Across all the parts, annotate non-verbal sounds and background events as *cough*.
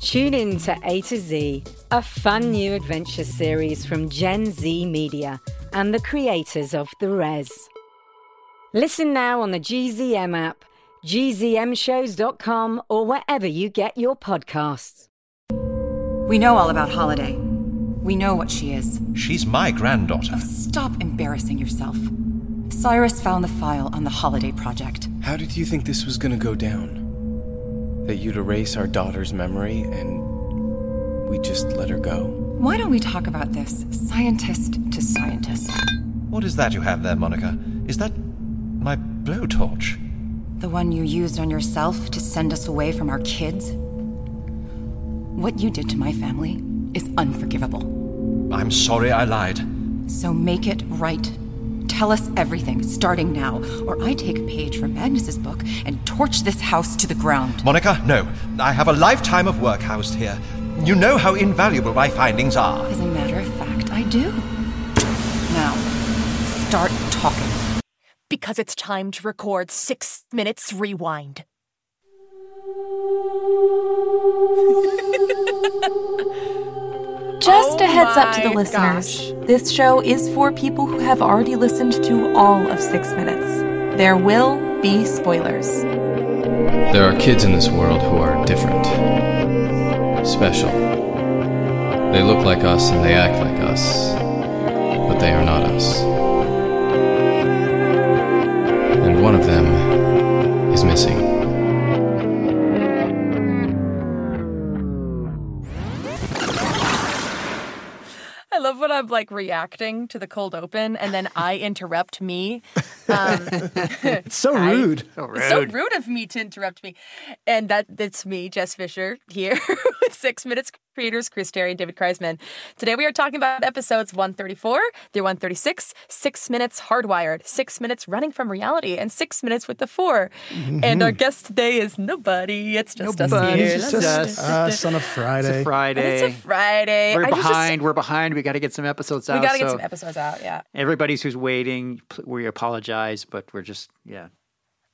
Tune in to A to Z, a fun new adventure series from Gen Z Media and the creators of The Res. Listen now on the GZM app, gzmshows.com, or wherever you get your podcasts. We know all about Holiday. We know what she is. Oh, She's my granddaughter. Stop embarrassing yourself. Cyrus found the file on the Holiday Project. How did you think this was gonna go down? That you'd erase our daughter's memory and we just let her go? Why don't we talk about this scientist to scientist? What is that you have there, Monica? Is that my blowtorch? The one you used on yourself to send us away from our kids? What you did to my family is unforgivable. I'm sorry I lied. So make it right. Tell us everything, starting now, or I take a page from Magnus's book and torch this house to the ground. Monica, no. I have a lifetime of work housed here. You know how invaluable my findings are. As a matter of fact, I do. Now, start talking. Because it's time to record six minutes rewind. Just Oh a heads up to the my listeners this show is for people who have already listened to all of Six Minutes. There will be spoilers. There are kids in this world who are different, special. They look like us and they act like us, but they are not us. And one of them is missing. I love when I'm like reacting to the cold open and then I interrupt me. Um, So rude. It's so rude of me to interrupt me. And that that's me, Jess Fisher, here *laughs* with Six Minutes Creators, Chris Terry and David Kreisman. Today we are talking about episodes 134 through 136, Six Minutes Hardwired, Six Minutes Running from Reality, and Six Minutes with the 4 And our guest today is nobody. It's just us Mm-hmm. Nobody. here. It's That's it. *laughs* just us. Us on a It's Friday. a And It's Friday. a Friday. We're I was just- behind. We're behind. We got to get some episodes out. we gotta get so some episodes out, yeah. Everybody's who's waiting, pl- we apologize, but we're just yeah.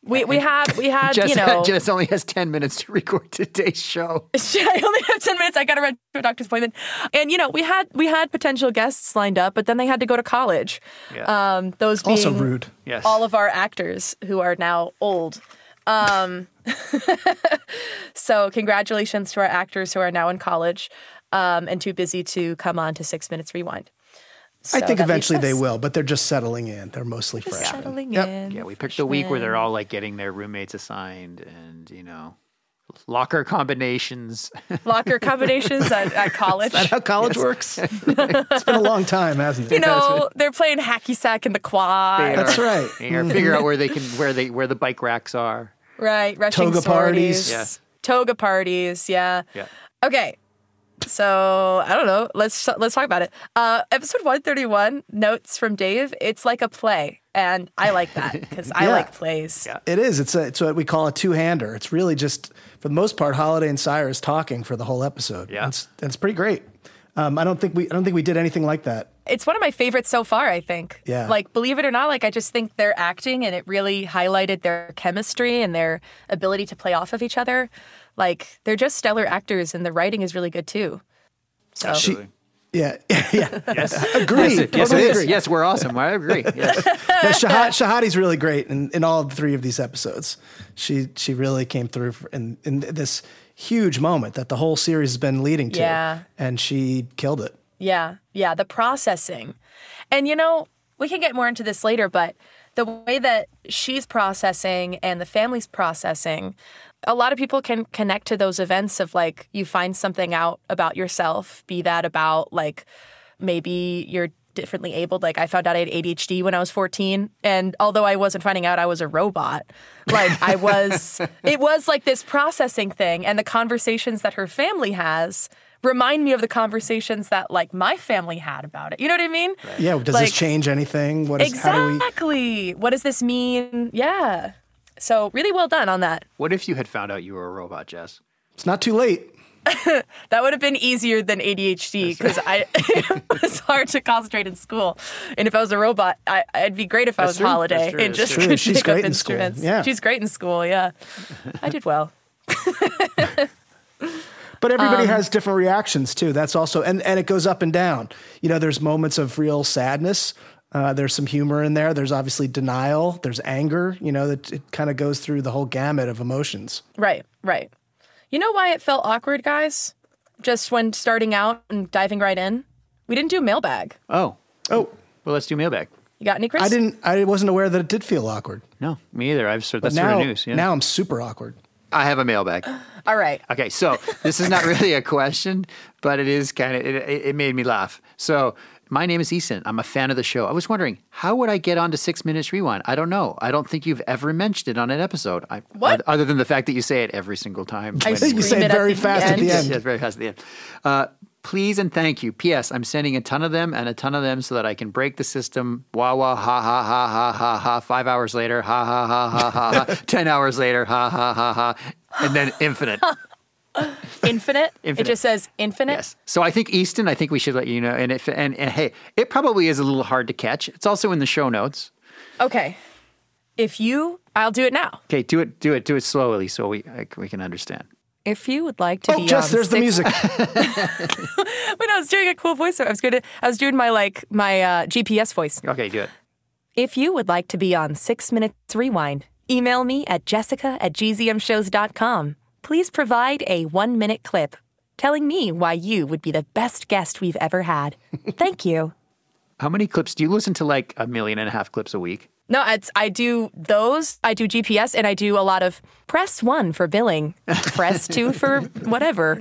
We we have we had Jess, *laughs* you know Jess only has ten minutes to record today's show. *laughs* I only have ten minutes. I got to run to a doctor's appointment, and you know we had we had potential guests lined up, but then they had to go to college. Yeah. Um, those being Also rude. Yes. all of our actors who are now old. Um, *laughs* so congratulations to our actors who are now in college um, and too busy to come on to Six Minutes Rewind. So I that think leaves eventually they us will, but they're just settling in. They're mostly just freshmen. settling Yep. in. Yeah, we picked a week where they're all like getting their roommates assigned and, you know, locker combinations. locker combinations *laughs* at, at college. *laughs* How college works? it's been a long time, hasn't it? you know they're playing hacky sack in the quad. That's right. Mm-hmm. They are- figure out where they can where they where the bike racks are. Right, rushing Toga sorties. parties. Yeah. Toga parties, yeah. Yeah. Okay. So, I don't know. Let's let's talk about it. Uh episode 131, notes from Dave. It's like a play, and I like that cuz I *laughs* Yeah. like plays. Yeah. It is. It's a, it's what we call a two-hander. It's really just for the most part Holiday and Cyrus talking for the whole episode. Yeah. It's it's pretty great. Um, I don't think we I don't think we did anything like that. It's one of my favorites so far, I think. Yeah. Like believe it or not, like I just think their acting and it really highlighted their chemistry and their ability to play off of each other. Like they're just stellar actors and the writing is really good too. So She- yeah. *laughs* yeah. Yes. Yes, Agreed. it, yes, Totally it is. *laughs* agree. Yes, we're awesome. I *laughs* agree. Yes. Yeah, Shahad, Shahadi's really great in, in all three of these episodes. She she really came through for- in, in this huge moment that the whole series has been leading to. Yeah. And she killed it. Yeah, yeah, the processing. And you know, we can get more into this later, but the way that she's processing and the family's processing, a lot of people can connect to those events of like you find something out about yourself, be that about like maybe you're differently abled. Like I found out I had ADHD when I was 14, and although I wasn't finding out I was a robot, like I was, it was like this processing thing, and the conversations that her family has remind me of the conversations that like my family had about it. You know what I mean? Yeah. Does Like, this change anything? What is how do we? exactly. What does this mean? Yeah. So really well done on that. What if you had found out you were a robot, Jess? It's not too late. That would have been easier than ADHD because I *laughs* it was hard to concentrate in school. And if I was a robot, I, I'd be great if I That's was true. holiday That's true. and That's just true. could She's pick up great in school. instruments. Yeah. She's great in school. Yeah, I did well. But everybody Um, has different reactions too. That's also and and it goes up and down. You know, there's moments of real sadness. Uh, there's some humor in there. There's obviously denial. There's anger. You know, that it kind of goes through the whole gamut of emotions. Right, right. You know why it felt awkward, guys? Just when starting out and diving right in, we didn't do mailbag. Oh, Oh, well, let's do mailbag. You got any, Chris? I didn't. I wasn't aware that it did feel awkward. No, me either. I've sort But that's now, sort of news. Yeah. now I'm super awkward. I have a mailbag. All *laughs* right. Okay, so this is not really a question, but it is kind of, it, it it made me laugh. So, my name is Eason. I'm a fan of the show. I was wondering, how would I get onto Six Minutes Rewind? I don't know. I don't think you've ever mentioned it on an episode. I, What? Other than the fact that you say it every single time. I when- see. Scream You say it it at very the fast end. at the Yes, end. yes, very fast at the end. Uh, please and thank you. P.S. I'm sending a ton of them and a ton of them so that I can break the system. Wah wah ha ha ha ha ha ha. Five hours later, ha ha ha ha ha. ha. Ten hours later, ha ha ha ha. And then infinite. Infinite. Infinite. It just says infinite. Yes. So I think Easton. I think we should let you know. And if and, and hey, it probably is a little hard to catch. It's also in the show notes. Okay. If you, I'll do it now. Okay, do it, do it, do it slowly so we I, we can understand. If you would like to Oh, be Jess, on there's the Six- *laughs* music. Wait, I was doing a cool voiceover. I was going to, I was doing my like my uh, GPS voice. Okay, do it. If you would like to be on Six Minutes Rewind, email me at jessica at gzmshows.com. Please provide a one minute clip telling me why you would be the best guest we've ever had. Thank you. How many clips do you listen to? Like a million and a half clips a week. No, it's I do those. I do GPS and I do a lot of Press one for billing, press two for *laughs* whatever.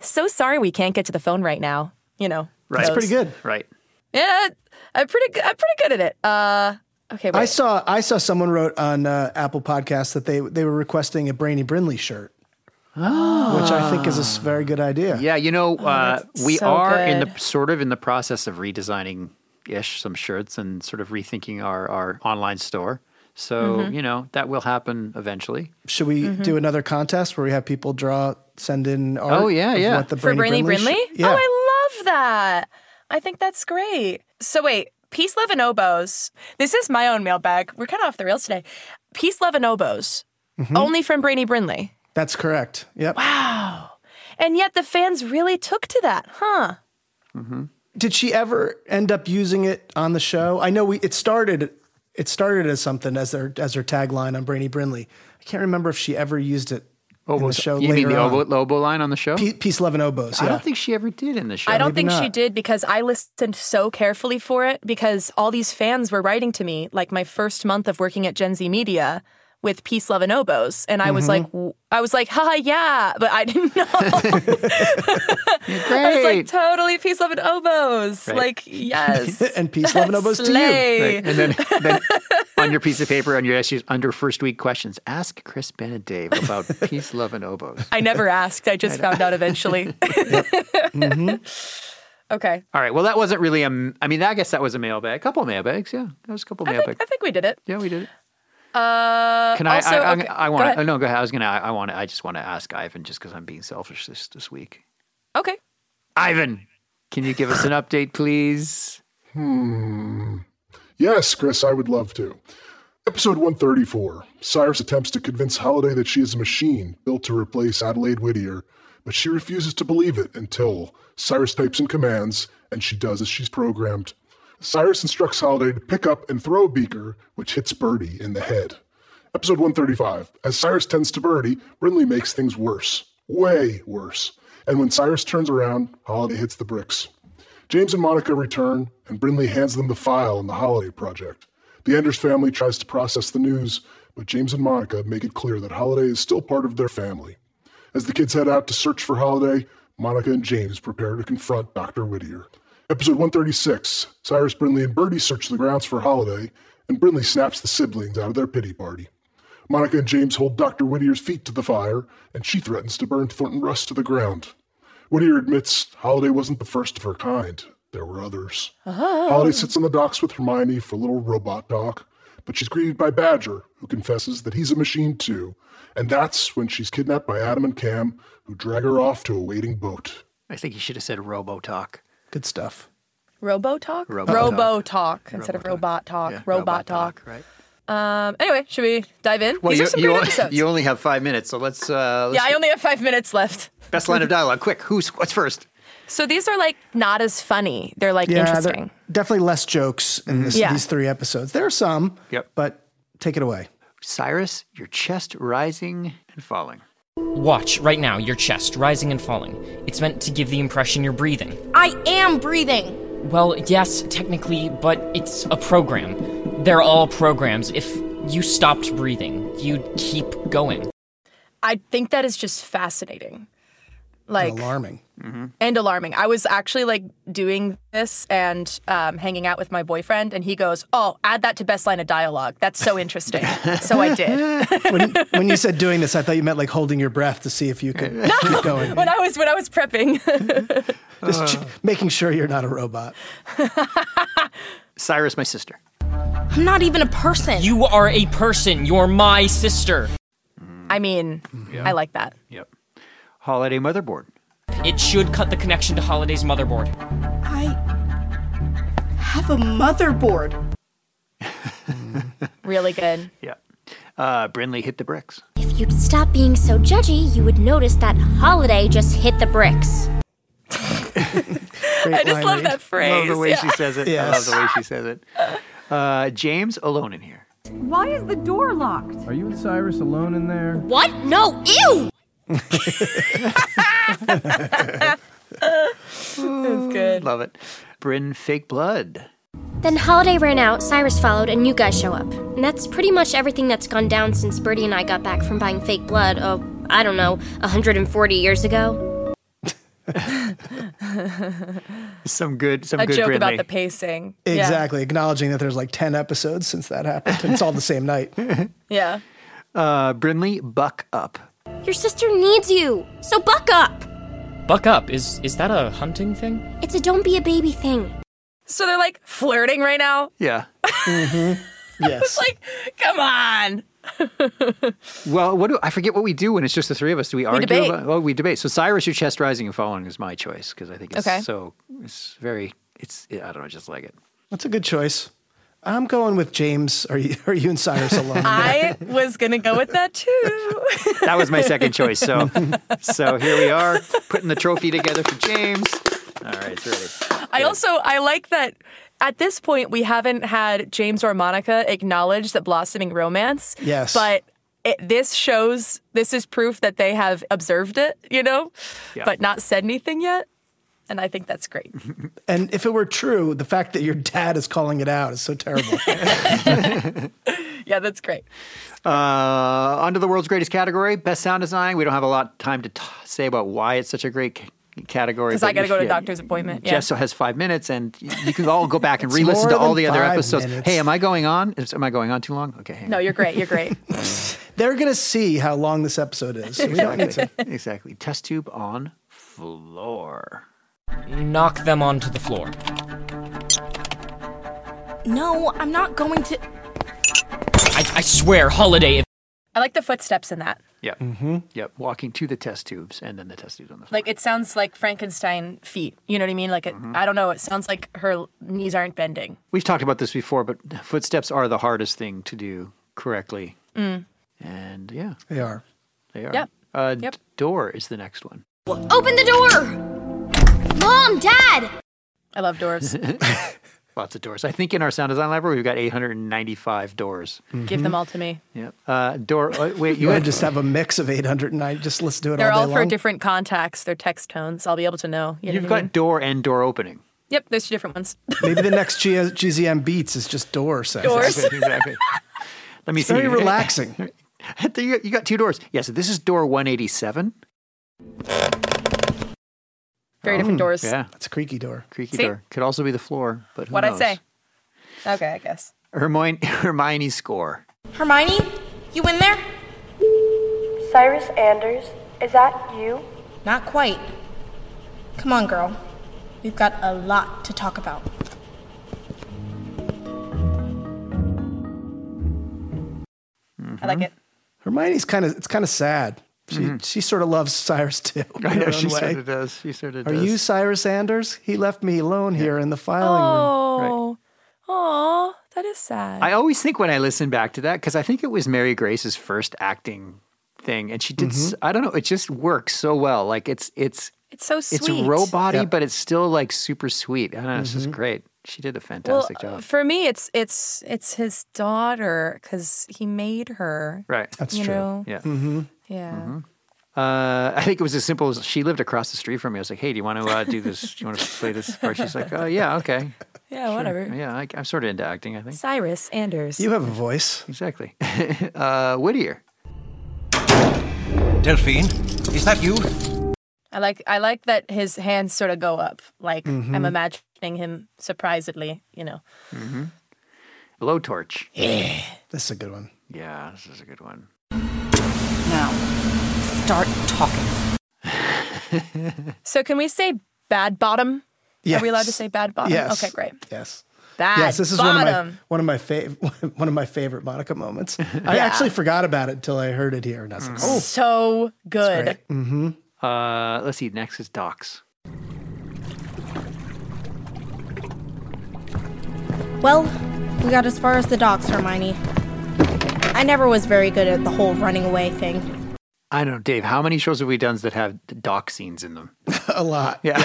so sorry we can't get to the phone right now. you know. Right. That's pretty good. Right. Yeah, I'm pretty. g- I'm pretty good at it. Uh, okay. Wait. I saw I saw someone wrote on uh, Apple Podcasts that they they were requesting a Brainy Brinley shirt, Oh. which I think is a s- very good idea. Yeah, you know, uh, we so are in the good. sort of in the process of redesigning ish some shirts and sort of rethinking our our online store. So Mm-hmm. you know that will happen eventually. Should we do another contest where we have people draw, send in art? Oh, yeah, of yeah. What the for Brainy Brinley Brinley? Brinley. sh- yeah. Oh, I love that. I think that's great. So wait, peace, love, and oboes. This is my own mailbag. We're kind of off the rails today. Peace, love, and oboes. Mm-hmm. Only from Brainy Brinley. That's correct. Yep. And yet the fans really took to that, huh? Did she ever end up using it on the show? I know we it started it started as something as their as her tagline on Brainy Brinley. I can't remember if she ever used it on the show you later mean the on. oboe, oboe line on the show? Pe- Peace, love, and oboes. Yeah. I don't think she ever did in the show. I don't think maybe she not. did because I listened so carefully for it because all these fans were writing to me like my first month of working at Gen Z Media with Peace, Love, and Oboes. And I was like, w- I was like, haha, yeah, but I didn't *laughs* know. Great. I was like, totally Peace, Love, and Oboes. Right. Like, yes. *laughs* and peace, love, and oboes to you. Slay. Right. And then, then on your piece of paper, on your essays, under first week questions, ask Chris Ben and Dave about peace, love, and oboes. I never asked. I just found out eventually. *laughs* Okay. All right. Well, that wasn't really a. m- I mean, I guess that was a mailbag. A couple mailbags. Yeah, that was a couple I think, mailbags. I think we did it. Yeah, we did it. Uh, Can I? also, I, I, okay, I go want. ahead. to. No, go ahead. I was gonna. I, I want. to. I just want to ask Ivan, just because I'm being selfish this this week. Okay. Ivan, can you give us an update, please? Yes, Chris, I would love to. Episode 134 Cyrus attempts to convince Holiday that she is a machine built to replace Adelaide Whittier, but she refuses to believe it until Cyrus types in commands and she does as she's programmed. Cyrus instructs Holiday to pick up and throw a beaker, which hits Birdie in the head. Episode 135 As Cyrus tends to Birdie, Brinley makes things worse. Way worse. And when Cyrus turns around, Holiday hits the bricks. James and Monica return, and Brinley hands them the file on the Holiday Project. The Anders family tries to process the news, but James and Monica make it clear that Holiday is still part of their family. As the kids head out to search for Holiday, Monica and James prepare to confront Dr. Whittier. Episode 136 Cyrus Brinley and Birdie search the grounds for Holiday, and Brinley snaps the siblings out of their pity party. Monica and James hold Dr. Whittier's feet to the fire, and she threatens to burn Thornton Rust to the ground. Whittier admits Holiday wasn't the first of her kind. There were others. Oh. Holiday sits on the docks with Hermione for little robot doc, but she's greeted by Badger, who confesses that he's a machine too, and that's when she's kidnapped by Adam and Cam, who drag her off to a waiting boat. I think he should have said Robotalk. *laughs* Good stuff. Robotalk? Robotalk. Robotalk instead of robot talk. robot talk. Right. Um, anyway, should we dive in? Well, These you, are some you, great only, episodes. you only have five minutes, so let's. Uh, yeah, let's I only have five minutes left. best line of dialogue. Quick, who's what's first? So these are like not as funny. They're like Yeah, there- interesting. definitely less jokes in this, Yeah. these three episodes. There are some, Yep. but take it away. Cyrus, your chest rising and falling. Watch right now your chest rising and falling. It's meant to give the impression you're breathing. I am breathing. Well, yes, technically, but it's a program. They're all programs. If you stopped breathing, you'd keep going. I think that is just fascinating. Like alarming. Mm-hmm. and alarming. I was actually like doing this and um, hanging out with my boyfriend, and he goes, "Oh, add that to best line of dialogue. That's so *laughs* interesting." so I did. *laughs* when, when you said doing this, I thought you meant like holding your breath to see if *laughs* you could keep going. when I was when I was prepping, *laughs* Just ch- making sure you're not a robot. Cyrus, my sister. I'm not even a person. You are a person. You're my sister. I mean, I like that. Yep. Holiday motherboard. It should cut the connection to Holiday's motherboard. I have a motherboard. really good. Yeah. Uh, Brinley hit the bricks. If you'd stop being so judgy, you would notice that Holiday just hit the bricks. I just line love read. that Love phrase, the way she yeah. says it. I love Yes. the way she says it. Uh, James alone in here. Why is the door locked? Are you and Cyrus alone in there? What? No, ew! That's good. Love it. Bryn fake blood. Then Holiday ran out, Cyrus followed, and you guys show up. And that's pretty much everything that's gone down since Bertie and I got back from buying fake blood, oh, I don't know, 140 years ago. Some good. Some a good. joke about Brinley. the pacing. Yeah. Exactly. Acknowledging that there's like 10 episodes since that happened. and It's all the same *laughs* night. Yeah. Uh, Brinley buck up. Your sister needs you, so buck up! Buck up. Is is that a hunting thing? It's a don't be a baby thing. So they're like flirting right now. Yeah. mm-hmm. It's like, come on. Well, what do I forget what we do when it's just the three of us? Do we argue? debate. About, oh, we debate. So Cyrus, your chest rising and falling is my choice because I think it's Okay. so it's very it's I don't know, I just like it. That's a good choice. I'm going with James. Are you, are you and Cyrus alone? I was gonna go with that too. *laughs* That was my second choice. So so here we are putting the trophy together for James. All right, it's ready. I also I like that at this point we haven't had James or Monica acknowledge that blossoming romance. Yes. But it, this shows this is proof that they have observed it, you know, Yeah. but not said anything yet. And I think that's *laughs* great. And if it were true, the fact that your dad is calling it out is *laughs* so terrible. yeah, that's great. Uh, onto the world's greatest category, best sound design. We don't have a lot of time to t- say about why it's such a great c- category. Because I but got to you- go to a yeah, doctor's appointment. Yeah. Jess has five minutes, and y- you can all go back *laughs* and It's re-listen more to all than the other five episodes. minutes. Hey, am I going on? Is- Am I going on too long? Okay, hang on. no, you're great. You're *laughs* great. They're going to see how long this episode *laughs* is. so we don't need to- exactly. *laughs* exactly. Test tube on floor. Knock them onto the floor. No, I'm not going to. I, I swear, Holiday. If- I like the footsteps in that. Yep. Mm-hmm. Yep. Walking to the test tubes and then the test tubes on the floor. Like it sounds like Frankenstein feet. You know what I mean? Like it, Mm-hmm. I don't know. It sounds like her knees aren't bending. We've talked about this before, but footsteps are the hardest thing to do correctly. Mm. And yeah, they are. They are. Yep. Uh, d- Door is the next one. Open the door! Mom, Dad! I love *laughs* doors. Lots of doors. I think in our sound design library, we've got 895 doors. Give them all to me. Yep. Uh, door. uh, wait, *laughs* You you want to had just have a mix of 809. Just let's do it They're all all day for long. different contacts. They're text tones. I'll be able to know. You know You've what I got mean? door and door opening. Yep, there's two different ones. *laughs* Maybe the next G- GZM beats is just door *laughs* section. Doors. *laughs* exactly. Let me It's see. *laughs* very relaxing. you you got two doors. Yes, this is door 187. Very Oh. different doors. Oh, Yeah. It's a creaky door. Creaky See? door. Could also be the floor, but who What'd I knows? say? Okay, I guess. Hermione, *laughs* Hermione's score. Hermione, you in there? Cyrus Anders, is that you? Not quite. Come on, girl. We've got a lot to talk about. I like it. Mm-hmm. Hermione's kind of it's kind of sad. She she sort of loves Cyrus too. Mm-hmm. *laughs* I in her know own she way. sort of does. She sort of Are does. you Cyrus Sanders? He left me alone here in the filing Oh, room. aw, that is sad. I always think when I listen back to that because I think it was Mary Grace's first acting thing, and she did. s I don't know. It just works so well. Like it's it's it's so It's sweet. roboty, but it's still like super sweet. I don't know. It's just great. She did a fantastic job. For me, it's it's it's his daughter because he made her. right. you Know? Yeah. Mm-hmm. Yeah. Uh, I think it was as simple as she lived across the street from me. I was like, "Hey, do you want to uh, do this? do you want to play this?" Part? She's like, "Oh yeah, okay." Yeah. Sure. Whatever. Yeah, I, I'm sort of into acting. I think. Cyrus Sanders. have a voice. Exactly. *laughs* uh, Whittier. Delphine, is that you? I like I like that his hands sort of go up. Like Mhm. Mm-hmm. I'm imagining him surprisedly. You know. Mm-hmm. Blowtorch. Yeah. This is a good one. Yeah, this is a good one. Now, start talking. So can we say bad bottom? Are we allowed to Yes. say bad bottom? Yes. Okay, great. Yes. Bad yes, this is bottom. one of my one of my fav- *laughs* one of my favorite Monica *laughs* moments. I Yeah. Mm. actually forgot about it until I heard it here, and I was like, "Oh, So good. mm-hmm. Uh, let's see. Next is Docs. Well, we got as far as the docks, Hermione. I never was very good at the whole running away thing. I don't know, Dave. How many shows have we done that have doc scenes in them? *laughs* a lot." Yeah,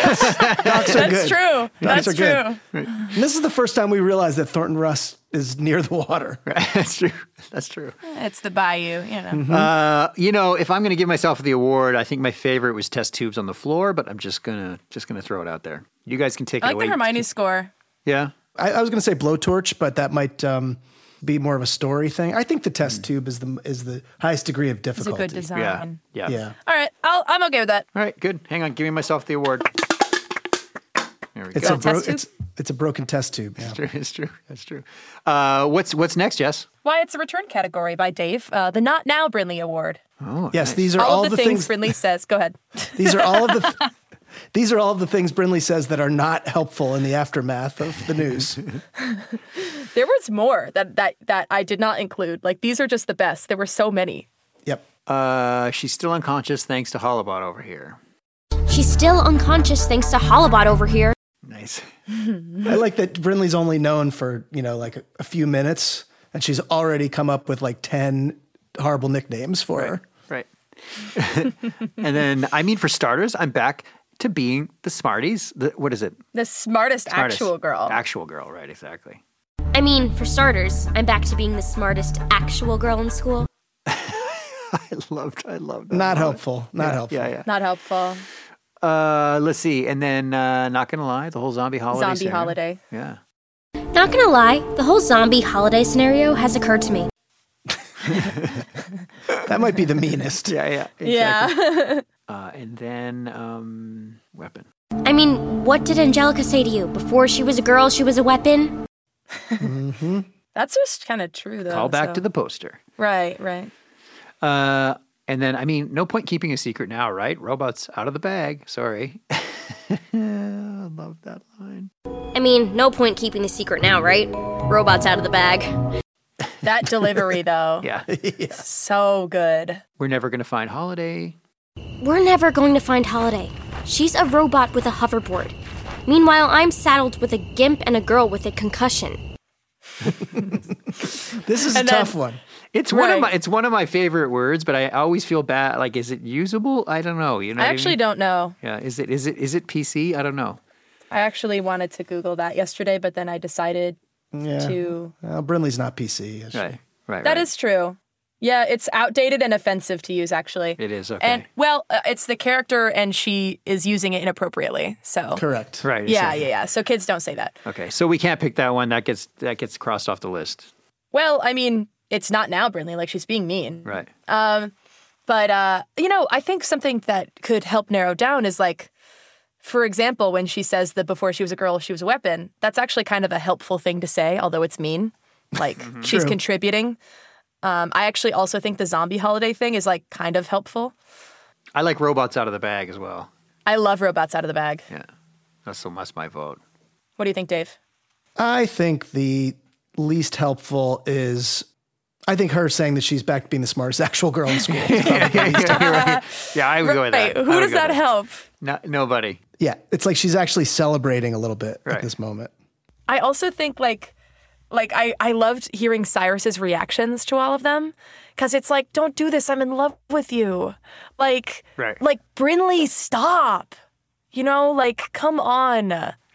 *laughs* docs are good. true. Docs That's are good. true. And this is the first time we realized that Thornton Russ is near the water. *laughs* That's true. That's true. It's the bayou. You know. Mm-hmm. Uh, you know, if I'm going to give myself the award, I think my favorite was test tubes on the floor, but I'm just gonna just gonna throw it out there. You guys can take I it like away. the Hermione score. yeah, I, I was going to say blowtorch, but that might um, be more of a story thing. I think the test Mm. tube is the is the highest degree of a good difficulty. design. Yeah. yeah. All right, I'll, I'm okay with that. All right, good. Hang on, giving myself the award. There we It's go. a bro- it's it's a broken test tube. Yeah. That's true. That's true. That's true. Uh, what's what's next, Jess? Why it's a return category by Dave. Uh, the Not Now Brinley Award. Oh, Yes, these are all, all, of the, things, Brinley says. Go ahead. *laughs* These are all of the *laughs* these are all of the things Brindley says that are not helpful in the aftermath of *laughs* the news. There was more that that that I did not include. Like these are just the best. There were so many. Yep. Uh, she's still unconscious thanks to Hollabot over here. She's still unconscious thanks to Hollabot over here. Nice. I like that Brindley's only known for you know like a, a few minutes, and she's already come up with like ten horrible nicknames for her. Right. *laughs* and then, I mean, for starters, I'm back to being the smarties. The, what is it? The smartest, Smartest. actual girl. Actual girl, right? Exactly. *laughs* I mean, for starters, I'm back to being the smartest actual girl in school. I loved. I loved. I Not loved it. helpful. Not Yeah, helpful. Yeah, yeah. Not helpful. Uh, let's see. And then, uh, not gonna lie, the whole zombie holiday. Zombie scenario. holiday. Yeah. Not gonna lie, the whole zombie holiday scenario has occurred to me. That might be the meanest. *laughs* Yeah, yeah. Yeah. *laughs* Uh, and then, um, weapon. I mean, what did Angelica say to you? Before she was a girl, she was a weapon? Mm-hmm. That's just kind of true though. Call back so- to the poster. Right, right. Uh, and then, I mean, no point keeping a secret now, right? Robots out of the bag. *laughs* Sorry. I love that line. I mean, no point keeping the secret now, right? Robots out of the bag. That delivery *laughs* though. Yeah. So good. We're never gonna find holiday. We're never going to find Holiday. She's a robot with a hoverboard. Meanwhile, I'm saddled with a gimp and a girl with a concussion. This is a And then- tough one. It's one of Right. my it's one of my favorite words, but I always feel bad. Like, is it usable? I don't know. You know, I what actually mean? don't know. Yeah, is it is it is it PC? I don't know. I actually wanted to Google that yesterday, but then I decided Yeah. to. Well, Brindley's not PC. Is she? Right, right. That right. is true. Yeah, it's outdated and offensive to use, actually. It is okay. And well, uh, it's the character, and she is using it inappropriately. So Correct. right. yeah, exactly. yeah, yeah. So kids don't say that. Okay, so we can't pick that one. That gets that gets crossed off the list. Well, I mean, it's not now, Brinley. Like she's being mean. Right. Um, but uh, you know, I think something that could help narrow down is like, for example, when she says that before she was a girl, she was a weapon. That's actually kind of a helpful thing to say, although it's mean. Like Mm-hmm. she's True. contributing. Um, I actually also think the zombie holiday thing is like kind of helpful. I like robots out of the bag as well. I love robots out of the bag. Yeah. That's so much my vote. What do you think, Dave? I think the least helpful is I think her saying that she's back to being the smartest *laughs* actual girl *laughs* in school. is probably the least helpful. Yeah, I would go with that. Right. Who does that help? No, nobody. Yeah, it's like she's actually celebrating a little bit at this moment. I also think like like I, I loved hearing Cyrus's reactions to all of them because it's like don't do this I'm in love with you like Right. like Brinley stop you know like come on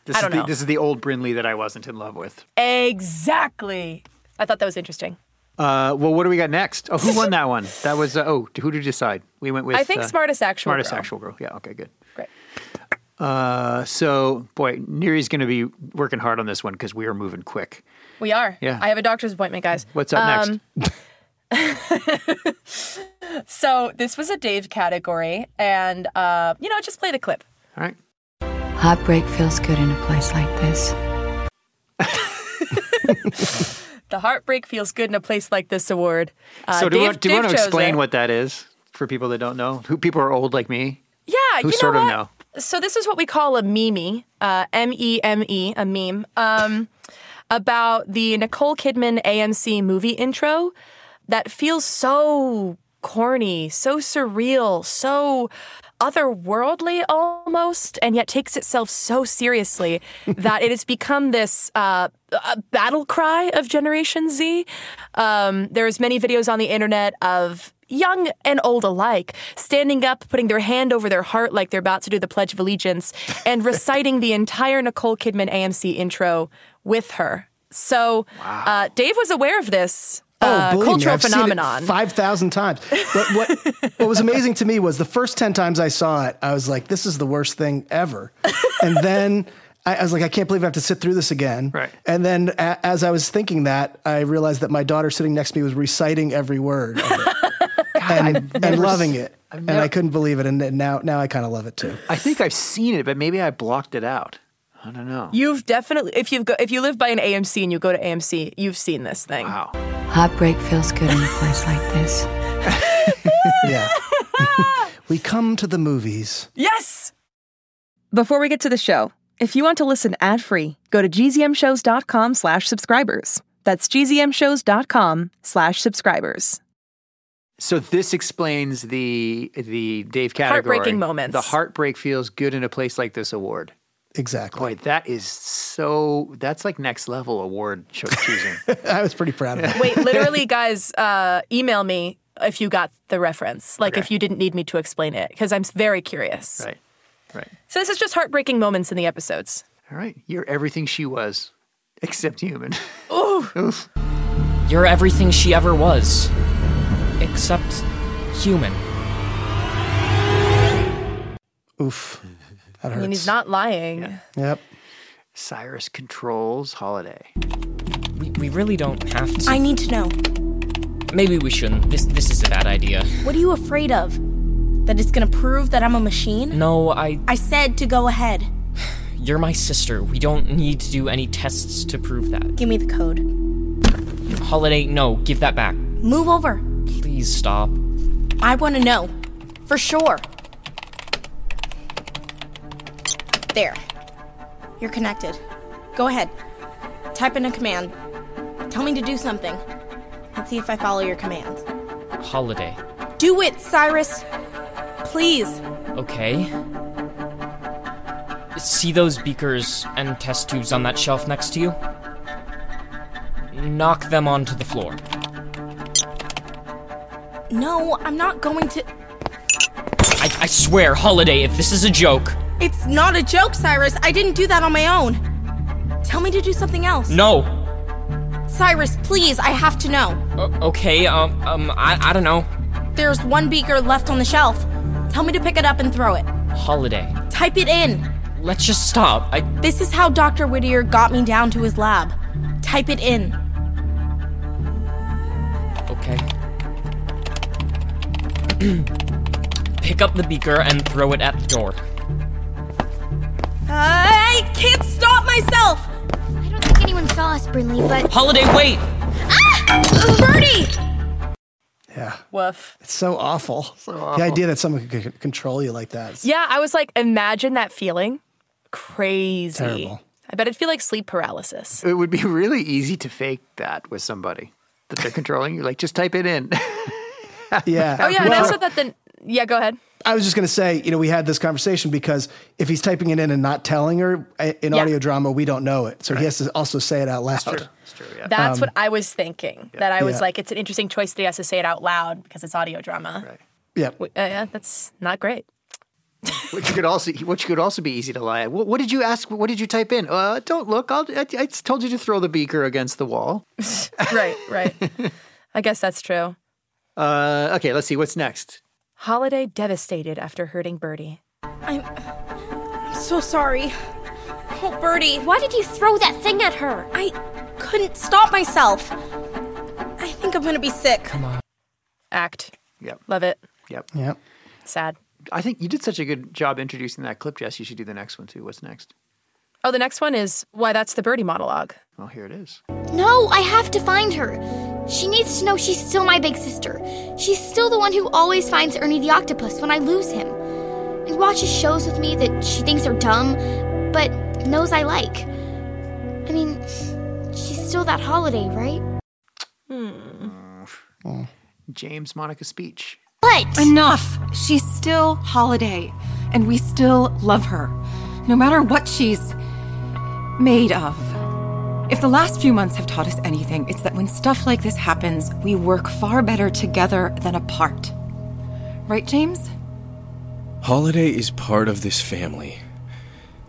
This I don't is the, know This is the old Brinley that I wasn't in love with. exactly I thought that was interesting Uh, well, what do we got next? Oh, who won that one? That was uh, oh, who did you decide? We went with I think uh, smartest actual smartest girl. actual girl. Yeah. Okay. Good. Great. Uh, so boy, Neri's going to be working hard on this one because we are moving quick. we are Yeah. I have a doctor's appointment guys What's up next? Um, next so this was a Dave category and uh, you know just play the clip All right. Heartbreak feels good in a place like this. the heartbreak feels good in a place like this award uh, so do, Dave, we, do you Dave want to chose explain it. what that is for people that don't know? Who people are old like me? Yeah, you Who know sort of what? know? So this is what we call a meme, uh, M E M E, a meme, um, *laughs* about the Nicole Kidman AMC movie intro that feels so corny, so surreal, so otherworldly almost, and yet takes itself so *laughs* seriously that it has become this uh, a battle cry of Generation Z. Um, there's many videos on the internet of young and old alike, standing up, putting their hand over their heart like they're about to do the Pledge of Allegiance, *laughs* and reciting the entire Nicole Kidman AMC intro with her. So uh, Dave was aware of this Oh, uh, believe me, cultural I've seen it phenomenon. five thousand times. But what what was amazing to me was the first ten times I saw it, I was like, "This is the worst thing ever," and then. I I was like, I can't believe I have to sit through this again. Right. And then, a- as I was thinking that, I realized that my daughter sitting next to me was reciting every word *laughs* of it. and, and never s- loving it. I've and never- I couldn't believe it. And then now, now I kind of love it too. I think I've seen it, but maybe I blocked it out. I don't know. You've definitely, if you've go, if you live by an AMC and you go to AMC, you've seen this thing. Wow. Heartbreak feels good in a place like this. *laughs* yeah. we come to the movies. Yes! Before we get to the show, if you want to listen ad-free, go to gzmshows.com slash subscribers. That's gzmshows.com slash subscribers. So this explains the the Dave category. Heartbreaking moments. The heartbreak feels good in a place like this award. Exactly. Boy, that is so. That's like next level award *laughs* cho- choosing. I was pretty proud of *laughs* it. Wait, literally, guys, uh, email me if you got the reference. Like, if you didn't need me to explain it, because I'm very curious. Right. Right. So this is just heartbreaking moments in the episodes. All right. You're everything she was, except human. Oof. You're everything she ever was, except human. Oof. That I mean, he's not lying. Yep. *laughs* Cyrus controls holiday. We, we really don't have to. I need to know. Maybe we shouldn't. This this is a bad idea. What are you afraid of? That it's gonna prove that I'm a machine? No, I. I said to go ahead. *sighs* You're my sister. We don't need to do any tests to prove that. Give me the code. Holiday, no, give that back. Move over. Please stop. I wanna know. For sure. There. You're connected. Go ahead. Type in a command. Tell me to do something. Let's see if I follow your commands. Holiday. Do it, Cyrus! Please! Okay. See those beakers and test tubes on that shelf next to you? Knock them onto the floor. No, I'm not going to. I, I swear, Holiday, if this is a joke. It's not a joke, Cyrus. I didn't do that on my own. Tell me to do something else. No! Cyrus, please, I have to know. Okay, um, um, I, I don't know. There's one beaker left on the shelf. Tell me to pick it up and throw it. Holiday. Type it in. Let's just stop. I. This is how Dr. Whittier got me down to his lab. Type it in. Okay. *clears throat* Pick up the beaker and throw it at the door. I can't stop myself! I don't think anyone saw us, Brinley, but. Oh, Holiday, wait! Ah! Birdie! Yeah. Woof. It's so awful. So awful. The idea that someone could c- control you like that. Yeah, I was like, imagine that feeling. Crazy. Terrible. I bet it'd feel like sleep *laughs* paralysis. It would be really easy to fake that with somebody that they're controlling you. Like, just type it in. yeah. Oh yeah, and also that the yeah. Go ahead. I was just going to say, you know, we had this conversation because if he's typing it in and not telling her i- in audio drama, we don't know it. So he has to also say it out loud. That's Um, what I was thinking. That I was Yeah. like, it's an interesting choice that he has to say it out loud because it's audio drama. Yeah. Uh, yeah, that's not great. Which could also, which could also be easy to lie. What, what did you ask? What did you type in? Uh, don't look. I'll, I, I told you to throw the beaker against the wall. right, *laughs* right. I guess that's true. Uh, okay, let's see what's next. Holiday devastated after hurting Birdie. I'm so sorry. Oh, Birdie. Why did you throw that thing at her? I couldn't stop myself. I think I'm gonna be sick. Come on. Act. Yep. Love it. Yep. Yep. Sad. I think you did such a good job introducing that clip, Jess. You should do the next one too. What's next? Oh, the next one is why that's the Birdie monologue. Well, here it is. No, I have to find her. She needs to know she's still my big sister. She's still the one who always finds Ernie the octopus when I lose him. And watches shows with me that she thinks are dumb, but knows I like. I mean, she's still that holiday, right? James Monica speech. But enough! She's still Holiday, and we still love her, no matter what she's made of. If the last few months have taught us anything, it's that when stuff like this happens, we work far better together than apart. Right, James? Holiday is part of this family.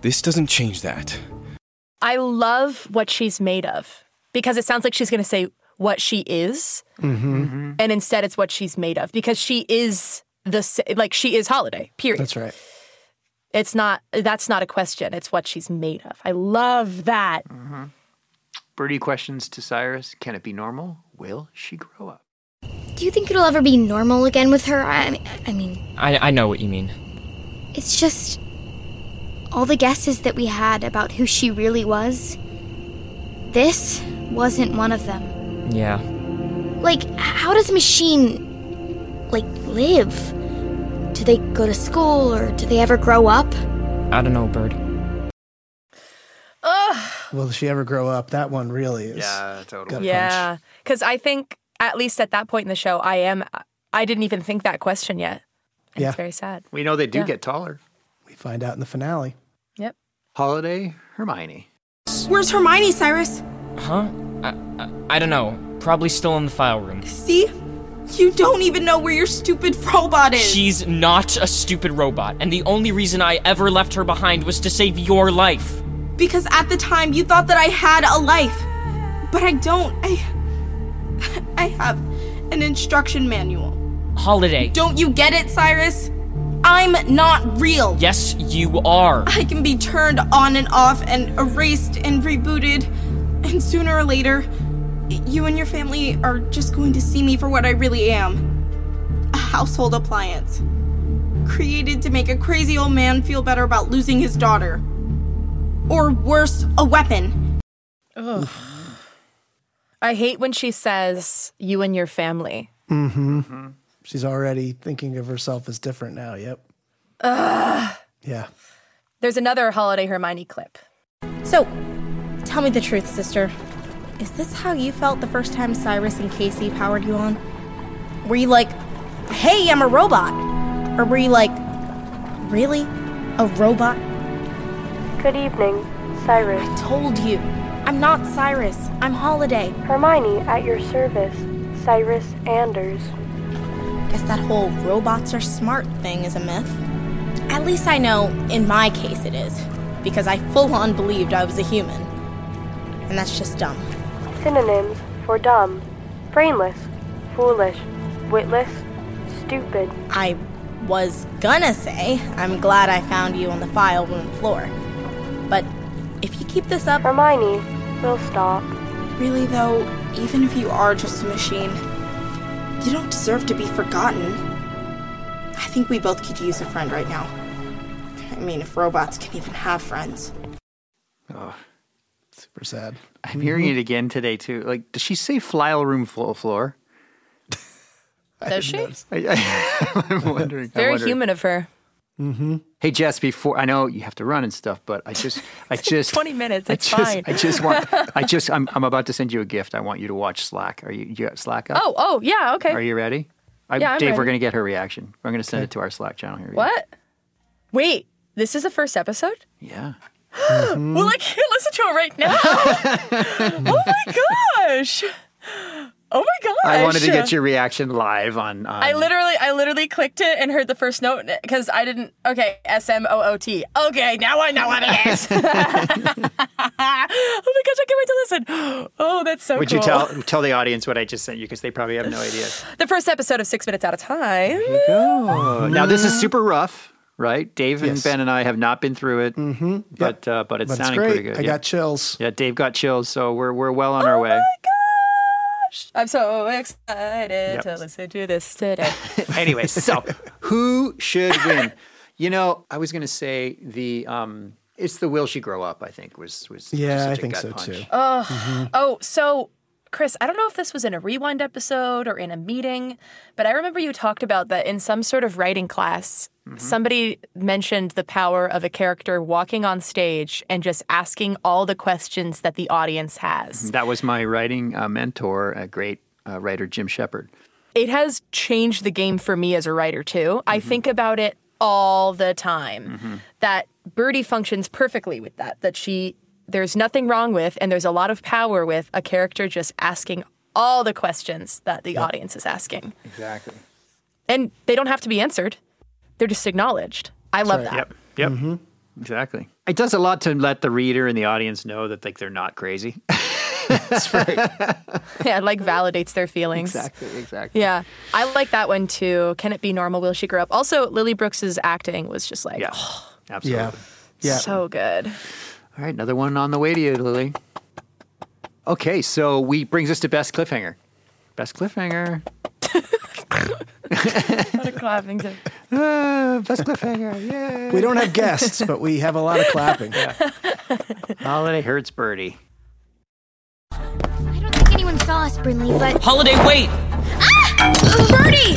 This doesn't change that. I love what she's made of because it sounds like she's going to say what she is, Mm-hmm. and instead it's what she's made of because she is the s- like she is holiday. Period. That's right. It's not that's not a question. It's what she's made of. I love that. Mm. Birdie questions to Cyrus. Can it be normal? Will she grow up? do you think it'll ever be normal again with her? I, I mean, I, I know what you mean. it's just all the guesses that we had about who she really was. This wasn't one of them. Yeah. Like, h- how does a machine, like, live? Do they go to school or do they ever grow up? I don't know, Bird. Will she ever grow up? That one really is. Yeah, totally. gut yeah, because I think at least at that point in the show, I am. I didn't even think that question yet. And Yeah. It's very sad. We know they do Yeah. get taller. We find out in the finale. Yep. Holiday Hermione. Where's Hermione, Cyrus? Huh? I, I, I don't know. Probably still in the file room. See? You don't even know where your stupid robot is. She's not a stupid robot, and the only reason I ever left her behind was to save your life. Because at the time you thought that I had a life. But I don't. I I have an instruction manual. Holiday. Don't you get it, Cyrus? I'm not real. Yes, you are. I can be turned on and off and erased and rebooted. And sooner or later, you and your family are just going to see me for what I really am a household appliance. Created to make a crazy old man feel better about losing his daughter. Or worse, a weapon. Ugh. I hate when she says you and your family. Mm-hmm. She's already thinking of herself as different now. Yep. Ugh. Yeah. There's another holiday Hermione clip. So, tell me the truth, sister. Is this how you felt the first time Cyrus and Casey powered you on? Were you like, hey, I'm a robot? Or were you like, really? A robot? Good evening, Cyrus. I told you. I'm not Cyrus. I'm Holiday. Hermione, at your service. Cyrus Anders. Guess that whole robots are smart thing is a myth. At least I know, in my case, it is. Because I full on believed I was a human. And that's just dumb. Synonyms for dumb, brainless, foolish, witless, stupid. I was gonna say, I'm glad I found you on the file room floor. But if you keep this up. Hermione, we'll stop. Really, though, even if you are just a machine, you don't deserve to be forgotten. I think we both could use a friend right now. I mean, if robots can even have friends. Oh, super sad. I'm hearing it again today too. Like, does she say file room flo- floor? Does she? I, am wondering. *laughs* I'm Very wondering. human of her. Mm-hmm. Hey Jess, before I know you have to run and stuff, but I just, *laughs* I just, 20 minutes. I It's just, fine. I just *laughs* want, I just, I'm, I'm about to send you a gift. I want you to watch Slack. Are you, you got Slack up? Oh, oh, yeah, okay. Are you ready? I, Yeah, I'm Dave, we're ready. going to get her reaction. I'm going to send it to our Slack channel here. What? Wait, this is the first episode? Yeah. Mm. Well, I can't listen to it right now. *laughs* oh my gosh. Oh my gosh. I wanted to get your reaction live on. on I literally, I literally clicked it and heard the first note because I didn't. Okay, S M O O T. Okay, now I know what it is. *laughs* oh my gosh, I can't wait to listen. *gasps* Oh, that's so. would cool. you tell tell the audience what I just sent you because they probably have no idea. The first episode of Six Minutes at a Time. Oh, now this is super rough, right? Dave and Yes. Ben and I have not been through it, mm-hmm. but uh, but it's But it's sounding pretty great. good. I got chills. Yeah, Dave got chills, so we're we're well on our way. Oh I'm so excited Yep. to listen to this today. *laughs* *laughs* anyway, so who should win? You know, I was going to say the um, it's the will she grow up. I think was was Yeah, just I such a think gut so punch. too. Oh, Mhm. oh, so Chris, I don't know if this was in a rewind episode or in a meeting, but I remember you talked about that in some sort of writing class. Mm-hmm. Somebody mentioned the power of a character walking on stage and just asking all the questions that the audience has. That was my writing uh, mentor, a great uh, writer, Jim Shepard. It has changed the game for me as a writer, too. I Mm-hmm. think about it all the time. that Birdie functions perfectly with that. That she there's nothing wrong with, and there's a lot of power with a character just asking all the questions that the audience is asking, Exactly. and they don't have to be answered; they're just acknowledged. I love that. Yep. Yep. Mm-hmm. Exactly. It does a lot to let the reader and the audience know that like they're not crazy. *laughs* yeah, *laughs* it, like validates their feelings. Exactly, exactly. Yeah, I like that one too. Can it be normal? Will she grow up? Also, Lily Brooks's acting was just like, Yeah. oh, *sighs* Absolutely. Yeah. so good. All right, another one on the way to you, Lily. Okay, so we brings us to best cliffhanger. Best cliffhanger. What a clapping. best cliffhanger. Yeah. We don't have guests, but we have a lot of clapping. *laughs* Holiday hurts birdie. I don't think anyone saw us, Brinley, but. Holiday, wait! Ah! Birdie!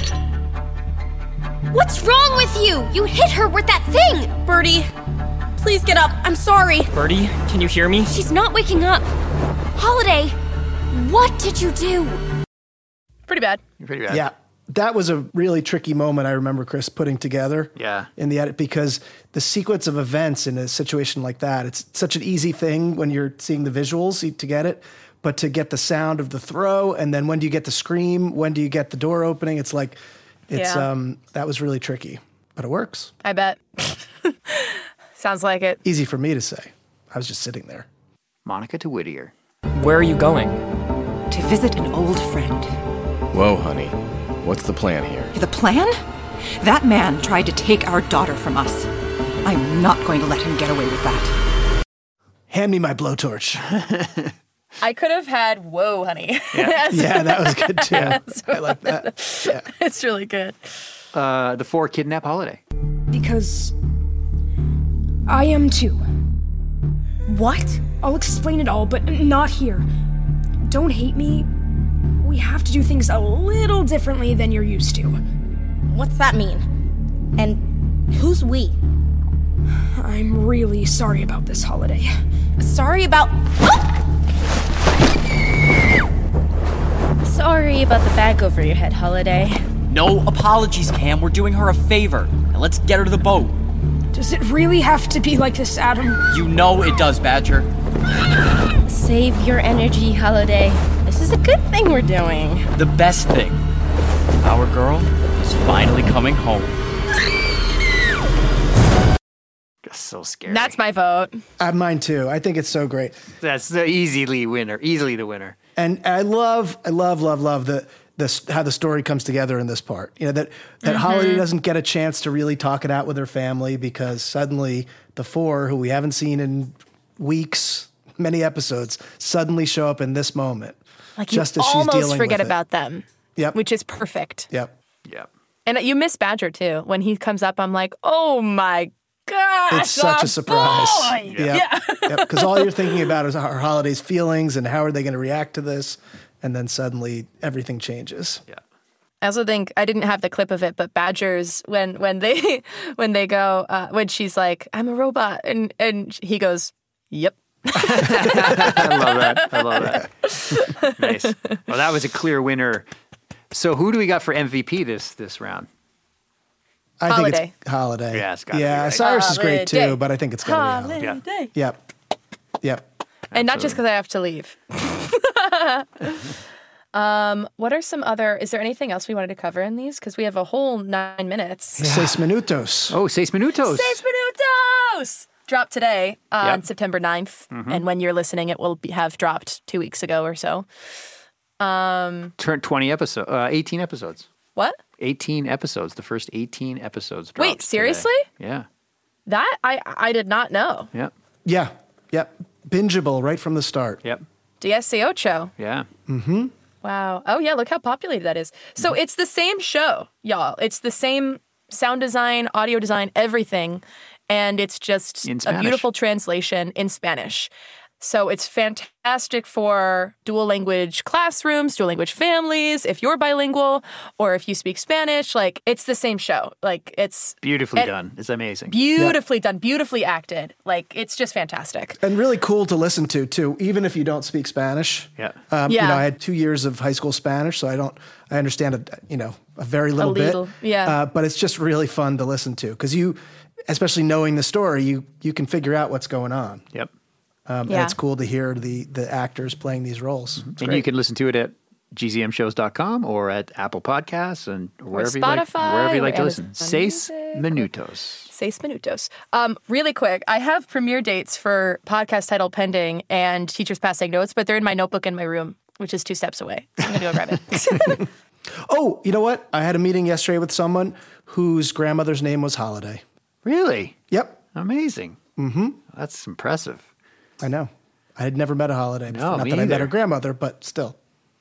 What's wrong with you? You hit her with that thing! Birdie, please get up. I'm sorry. Birdie, can you hear me? She's not waking up. Holiday, what did you do? Pretty bad. Pretty bad. Yeah. That was a really tricky moment I remember Chris putting together. Yeah. In the edit because the sequence of events in a situation like that, it's such an easy thing when you're seeing the visuals you- to get it, but to get the sound of the throw and then when do you get the scream, when do you get the door opening, it's like it's Yeah. um that was really tricky, but it works. I bet. *laughs* Sounds like it. Easy for me to say. I was just sitting there. Monica to Whittier. Where are you going? To visit an old friend. Whoa, honey. What's the plan here? The plan? That man tried to take our daughter from us. I'm not going to let him get away with that. Hand me my blowtorch. I could have had whoa, honey. *laughs* Yeah. As- Yeah, that was good, too. as- I like that. It's really good. Uh, the four kidnap holiday. Because I am too. What? I'll explain it all, but not here. Don't hate me. We have to do things a little differently than you're used to. What's that mean? And who's we? I'm really sorry about this holiday. Sorry about. Sorry about the bag over your head, Holiday. No apologies, Cam. We're doing her a favor. And let's get her to the boat. Does it really have to be like this, Adam? You know it does, Badger. Save your energy, Holiday. This is a good thing we're doing. The best thing. Our girl is finally coming home. Just so scary. That's my vote. I mine too. I think it's so great. That's the easily winner. Easily the winner. and I love, I love, love, love the this how the story comes together in this part. You know that that Mm-hmm. Mhm. Holiday doesn't get a chance to really talk it out with her family because suddenly the four who we haven't seen in weeks, many episodes, suddenly show up in this moment. Like you almost forget about them. Yep. Which is perfect. Yep. Yep. And you miss Badger too. When he comes up, I'm like, oh my gosh. It's such our a surprise. boy! Yeah. Because all you're thinking about is our Holiday's feelings and how are they going to react to this, and then suddenly everything changes. Yeah. I also think I didn't have the clip of it, but Badgers when when they *laughs* when they go uh, when she's like I'm a robot and and he goes yep. *laughs* I love that. I love that. *laughs* nice. Well, that was a clear winner. So who do we got for MVP this this round? I Holiday. think it's holiday. Yeah, it's gotta be yeah. right. Cyrus is great Holiday. too, but I think it's gonna be holiday. Oh, Holiday. Yep. Yep. and not just because I have to *laughs* leave. um, what are some other? Is there anything else we wanted to cover in these? Because we have a whole nine minutes. *laughs* Seis minutos. Oh, seis minutos. Seis Minutos! Dropped today on Yep. September 9th. Mhm. And when you're listening, it will be, have dropped two weeks ago or so. Um, Turn twenty episode, uh, eighteen episodes, what? eighteen episodes. The first eighteen episodes. dropped Wait, today. seriously? Yeah. That? I, I did not know. Yeah. Yeah. Yep. Bingeable right from the start. Yep. Diez de Ocho. Yeah. Mm-hmm. Wow. Oh, yeah. Look how populated that is. Mm-hmm. So it's the same show, y'all. It's the same sound design, audio design, everything. And it's just In a Spanish. beautiful translation in Spanish. So it's fantastic for dual language classrooms, dual language families, if you're bilingual or if you speak Spanish. Like, it's the same show. Like, it's Beautifully and done. It's amazing. Beautifully done, beautifully acted. Like, it's just fantastic. And really cool to listen to too, even if you don't speak Spanish. Yeah. Um, You Yeah. know, I had two years of high school Spanish, so I don't. I understand a you know a very little, little, bit. yeah. Uh, but it's just really fun to listen to because you, especially knowing the story, you you can figure out what's going on. Yep. Um, Yeah. And it's cool to hear the the actors playing these roles. It's Mm-hmm. and you great. can listen to it at gzmshows.com or at Apple Podcasts and wherever you like Spotify, wherever you or like to Amazon listen. Seis minutos. Seis minutos. Um, really quick, I have premiere dates for podcast title pending and teachers passing notes, but they're in my notebook in my room, which is two steps away. So I'm gonna go grab it. Oh, you know what? I had a meeting yesterday with someone whose grandmother's name was Holiday. Really? Yep. Amazing. Mm-hmm. That's impressive. I know. I had never met a Holiday. before. Not me that I met either. her grandmother, but still.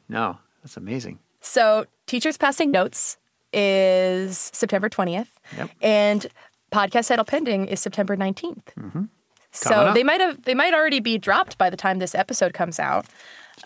No, that's amazing. So teachers passing notes is September 20th, Yep. and podcast title pending is September 19th. Mm-hmm. Coming So up. they might have they might already be dropped by the time this episode comes out.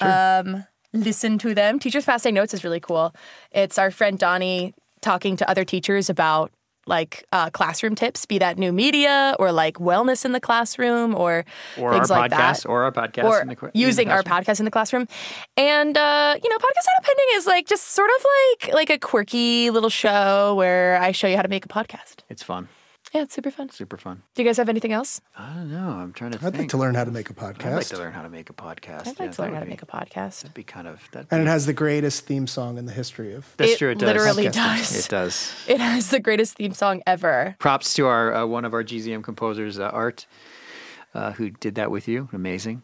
Um, listen to them. Teachers passing notes is really cool. It's our friend Donnie talking to other teachers about like uh, classroom tips, be that new media or like wellness in the classroom or, Or our things like podcast, that. or our podcast or in the cla- in the using our podcast in the classroom. And uh, you know, podcast out pending is like just sort of like like a quirky little show where I show you how to make a podcast. It's fun. Yeah, it's super fun. Super fun. Do you guys have anything else? I don't know. I'm trying to I'd like think. to learn how to make a I'd like to podcast. learn how to make a podcast. I'd like to learn how to make a podcast. That'd be kind of that. And it has the greatest theme song in the history of. That's It true. It does. literally does. Podcasting. It does. It has the greatest theme song ever. Props to our uh, one of our GZM composers, uh, Art, uh, who did that with you. Amazing.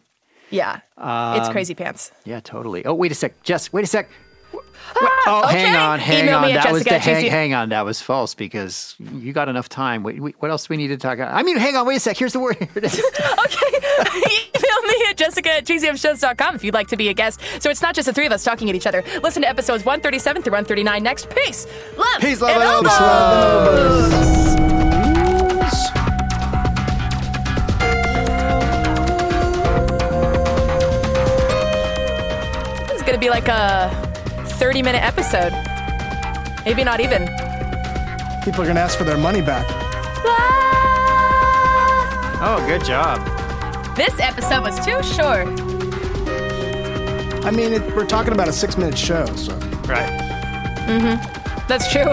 Yeah. it's Um, crazy pants. *laughs* Yeah, totally. Oh, wait a sec, Jess. Wait a sec. oh, hang on, hang Ah, Email on. me at that was the jessica at hang, GZ. hang on. That was false because you got enough time. Wait, wait, what else do we need to talk about? I mean, hang on. Wait a sec. Here's the word. *laughs* Here it is. Email me at jessica at gzmshows.com if you'd like to be a guest. So it's not just the three of us talking at each other. Listen to episodes 137 through 139 next. Peace, love, and Peace, love, and elbows. This is going to be like a 30 minute episode. Maybe not even. People are going to ask for their money back. Oh, good job. This episode was too short. I mean, it, we're talking about a six minute show, so. Right. Mm-hmm. That's true.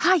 Hi,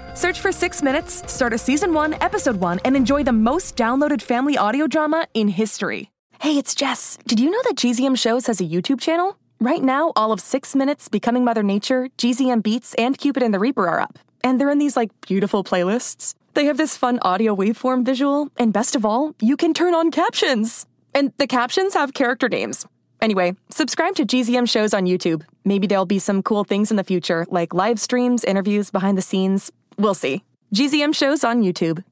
Search for Six Minutes, start a season one, episode one, and enjoy the most downloaded family audio drama in history. Hey, it's Jess. Did you know that GZM Shows has a YouTube channel? Right now, all of Six Minutes, Becoming Mother Nature, GZM Beats, and Cupid and the Reaper are up. And they're in these, like, beautiful playlists. They have this fun audio waveform visual, and best of all, you can turn on captions. And the captions have character names. Anyway, subscribe to GZM shows on YouTube. Maybe there'll be some cool things in the future, like live streams, interviews, behind the scenes. We'll see. GZM shows on YouTube.